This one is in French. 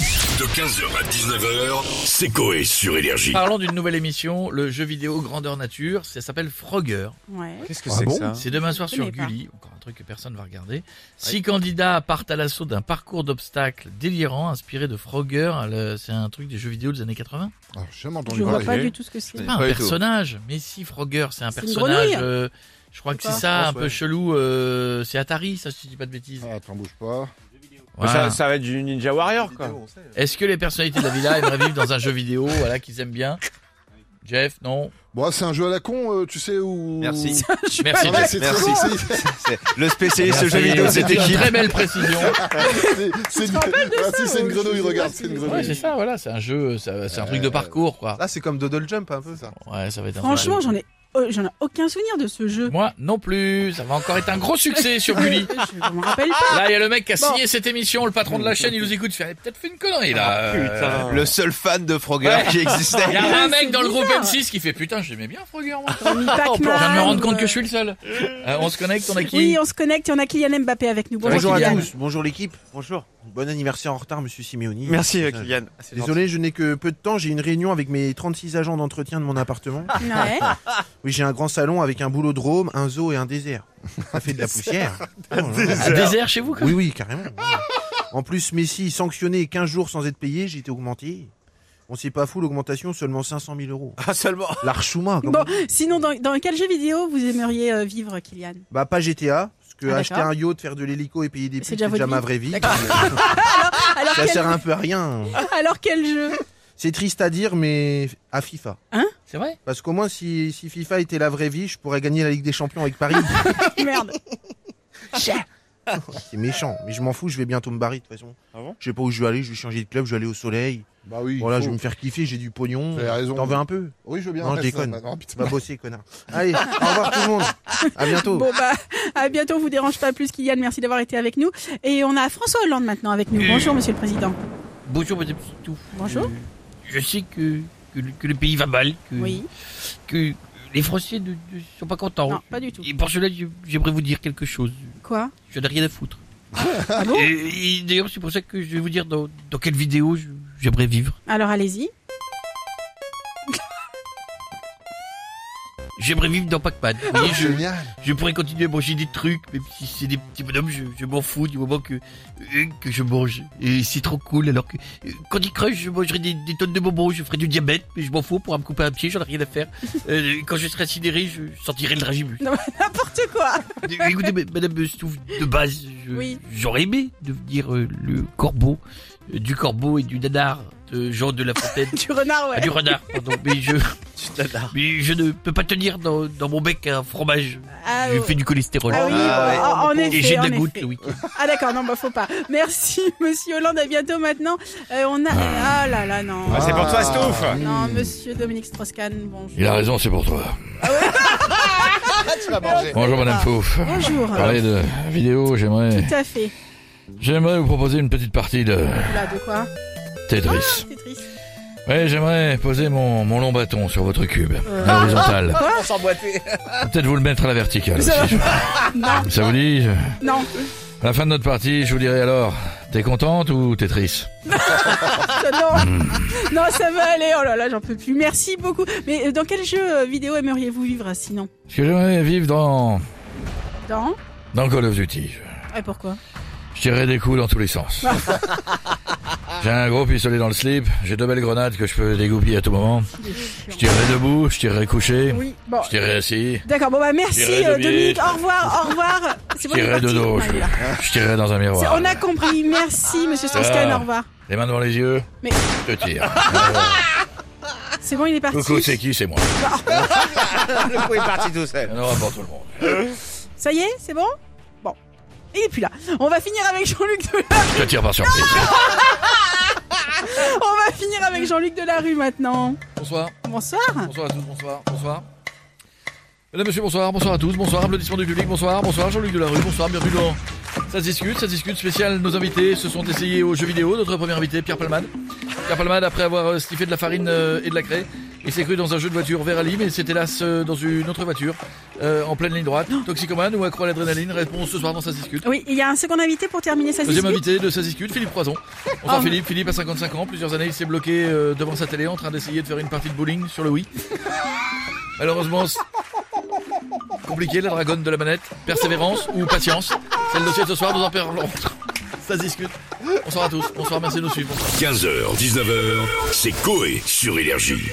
De 15h à 19h, c'est Coé sur Énergie. Parlons d'une nouvelle émission, le jeu vidéo Grandeur Nature, ça s'appelle Frogger. Ouais. Qu'est-ce que Ah c'est bon que ça C'est demain soir Je sur connais pas. Gulli, encore un truc que personne va regarder. Six candidats partent à l'assaut d'un parcours d'obstacles délirant inspiré de Frogger, le- c'est un truc des jeux vidéo des années 80. Ah, j'ai jamais entendu Je vois parler. pas du tout ce que c'est. Ouais. Pas un Pas du tout. personnage, mais si Frogger, c'est un C'est une personnage. grenouille euh, je crois que Je sais c'est pas. ça, Je un pense, peu ouais. chelou. euh, c'est Atari, ça, si je dis pas de bêtises. Ah, t'en bouge pas. Voilà. Bah, ça, ça va être du Ninja Warrior, quoi. Est-ce que les personnalités de la villa aimeraient vivre dans un jeu vidéo, voilà, qu'ils aiment bien Jeff, non. Bon, c'est un jeu à la con, euh, tu sais où. Merci. Merci. Ah ouais, c'est Merci. très bon, c'est- C'est le spécialiste jeu Ah, vidéo de Merci, cette c'était une équipe. très belle précision. c'est- C'est une... Ah, si, c'est une euh, Je grenouille, sais pas regarde, si- c'est une Ouais, grenouille. c'est ça, voilà, c'est un jeu, ça- c'est un truc de parcours, quoi. Là, Euh, c'est comme Doodle Jump un peu ça. Ouais, ça va être un Franchement, truc. j'en ai, euh, j'en ai aucun souvenir de ce jeu. Moi non plus, ça va encore être un gros succès sur Gulli. Je me rappelle pas. Là, il y a le mec qui a Bon. signé cette émission, le patron de la chaîne, il nous écoute, il fait Ah, peut-être fait une connerie là. Ah, euh, Le seul fan de Frogger qui existait. Il y a un mec c'est dans le groupe bizarre. M6 qui fait putain, j'aimais bien Frogger moi. Tommy Je Pac-Man, viens de me rendre compte euh, que je suis le seul. Euh, on se connecte, on a qui Oui, on se connecte et on a Kylian Mbappé avec nous. Bonjour, Bonjour à Kylian. tous, bonjour l'équipe, bonjour. Bon anniversaire en retard, monsieur Simeoni. Merci, euh, Putain, Kylian. Désolé, je n'ai que peu de temps, j'ai une réunion avec mes 36 agents d'entretien de mon appartement. Ouais. Oui, j'ai un grand salon avec un boulot de Rome, un zoo et un désert. Ça fait de la poussière. Oh là là. Un désert chez vous quoi. Oui, oui, carrément. oui. En plus, Messi sanctionné 15 jours sans être payé, j'ai été augmenté. On s'est pas fou, l'augmentation seulement 500 000 euros. Ah, seulement. L'archouma, comme Bon, on dit. sinon, dans, dans quel jeu vidéo vous aimeriez euh, vivre, Kylian Bah, pas GTA, parce que Ah, acheter d'accord. un yacht, faire de l'hélico et payer des putes, C'est c'est déjà déjà, votre ma vie. vraie vie. alors Ça quel, sert un peu à rien. alors quel jeu C'est triste à dire, mais à FIFA. C'est vrai Parce qu'au moins, si, si FIFA était la vraie vie, je pourrais gagner la Ligue des Champions avec Paris. Merde. C'est méchant, mais je m'en fous, je vais bientôt me barrer de toute façon. Ah bon je sais pas où je vais aller, je vais changer de club, je vais aller au soleil. Bah oui. voilà, faut- je vais me faire kiffer, j'ai du pognon. Vous avez raison. T'en veux un peu Oui, je veux bien. Non, je après, ça, déconne. maintenant. Oh, putain. Tu vas bosser, connard. Allez, au revoir tout le monde. À bientôt. Bon bah, à bientôt. Vous dérange pas plus, Kylian. Merci d'avoir été avec nous. Et on a François Hollande maintenant avec nous. Bonjour, Monsieur le Président. Bonjour petit tout. Bonjour. Je sais que, que, le- que le pays va mal, que, Oui. que les Français ne, ne sont pas contents. Non, pas du tout. Et pour cela, je- j'aimerais vous dire quelque chose. Quoi Je n'ai rien à foutre. Ah bon Et, et d'ailleurs, c'est pour ça que je vais vous dire dans, dans quelle vidéo je- j'aimerais vivre. Alors allez-y. J'aimerais vivre dans Pac-Man. Vous voyez, je, Génial. je pourrais continuer à manger des trucs, même si c'est des petits bonhommes, je, je m'en fous du moment que, euh, que je mange. Et c'est trop cool, alors que euh, Candy Crush, je mangerai des, des tonnes de bonbons, je ferai du diabète, mais je m'en fous, on pourra me couper un pied, j'en ai rien à faire. Euh, quand je serai incinéré, je sentirai le ragimus. N'importe quoi. Euh, Écoutez, ma- Madame Stouff, de base, je- Oui. j'aurais aimé devenir euh, le corbeau, euh, du corbeau et du nanar de Jean de La Fontaine. Du renard, ouais. Ah, du renard, pardon, mais je, mais je ne peux pas tenir dans, dans mon bec un fromage. Ah, je ouais. fais du cholestérol. Ah oui, Ah bon, ouais. en- en effet. Et j'ai de en la effet. goutte le week-end. Ah d'accord, non, bah faut pas. Merci, monsieur Hollande, à bientôt maintenant. Euh, on a... Ah là là, non. Ah, c'est pour toi, Stouff. Ah, Non, hmm. monsieur Dominique Strauss-Kahn, bonjour. raison, c'est pour toi. Ah Tu vas manger. Ah. Bonjour Madame Fouf. Bonjour. de vidéo, j'aimerais, Tout à fait. j'aimerais vous proposer une petite partie de Là, de quoi Tetris. C'est triste. Ouais, j'aimerais poser mon, mon long bâton sur votre cube, Euh. à l'horizontale. Peut-être vous le mettre à la verticale. aussi. Ça vous dit je- Non, À la fin de notre partie, je vous dirai alors, t'es contente ou t'es triste ça, non. Hmm. non, ça va aller. Oh là là, j'en peux plus. Merci beaucoup. Mais euh, dans quel jeu euh, vidéo aimeriez-vous vivre sinon Parce que j'aimerais vivre dans, Dans dans Call of Duty. Et pourquoi Je tirerais des coups dans tous les sens. J'ai un gros pistolet dans le slip, j'ai deux belles grenades que je peux dégoupiller à tout moment. Je tirerai debout, je tirerai couché, Oui, bon. je tirerai assis, D'accord, bon bah merci J'irai euh, Dominique. Dominique, au revoir, au revoir. C'est je bon, il est tirerai de parti. dos, Ah, il est là. je, je tirerai dans un C'est- miroir. On a compris, merci monsieur Strauss-Kahn, Ah. au revoir. Les mains devant les yeux, Mais- Ah, je tire. C'est bon, il est parti. Coucou, c'est qui C'est moi. Le coup est parti tout seul. Il y en aura pour tout le monde. Ça y est, c'est bon Bon, il est plus là. On va finir avec Jean-Luc Delarue. Je tire par surprise. On va finir avec Jean-Luc Delarue maintenant. Bonsoir. Bonsoir. Bonsoir à tous, bonsoir, bonsoir. Mesdames, Messieurs, bonsoir, bonsoir à tous, bonsoir, applaudissements du public, bonsoir, bonsoir, Jean-Luc Delarue, bonsoir, bienvenue dans Ça se discute, ça se discute spécial. Nos invités se sont essayés aux jeux vidéo. Notre premier invité, Pierre Palman. Pierre Palman, après avoir euh, sniffé de la farine euh, et de la craie, il s'est cru dans un jeu de voiture vers Ali, mais c'est hélas euh, dans une autre voiture euh, en pleine ligne droite. Toxicomane ou accro à l'adrénaline Réponse ce soir dans Ça se discute. Oui, il y a un second invité pour terminer sa Deuxième discute. invité de Ça se discute, Philippe Croison. Enfin Oh. Philippe, Philippe a 55 ans, plusieurs années il s'est bloqué euh, devant sa télé en train d'essayer de faire une partie de bowling sur le Wii. Malheureusement, c'est compliqué la dragonne de la manette, persévérance ou patience. C'est le dossier de ce soir, nous en parlons. Ça se discute. Bonsoir à tous, bonsoir, merci de nous suivre. 15h, 19h, c'est Coé sur Énergie.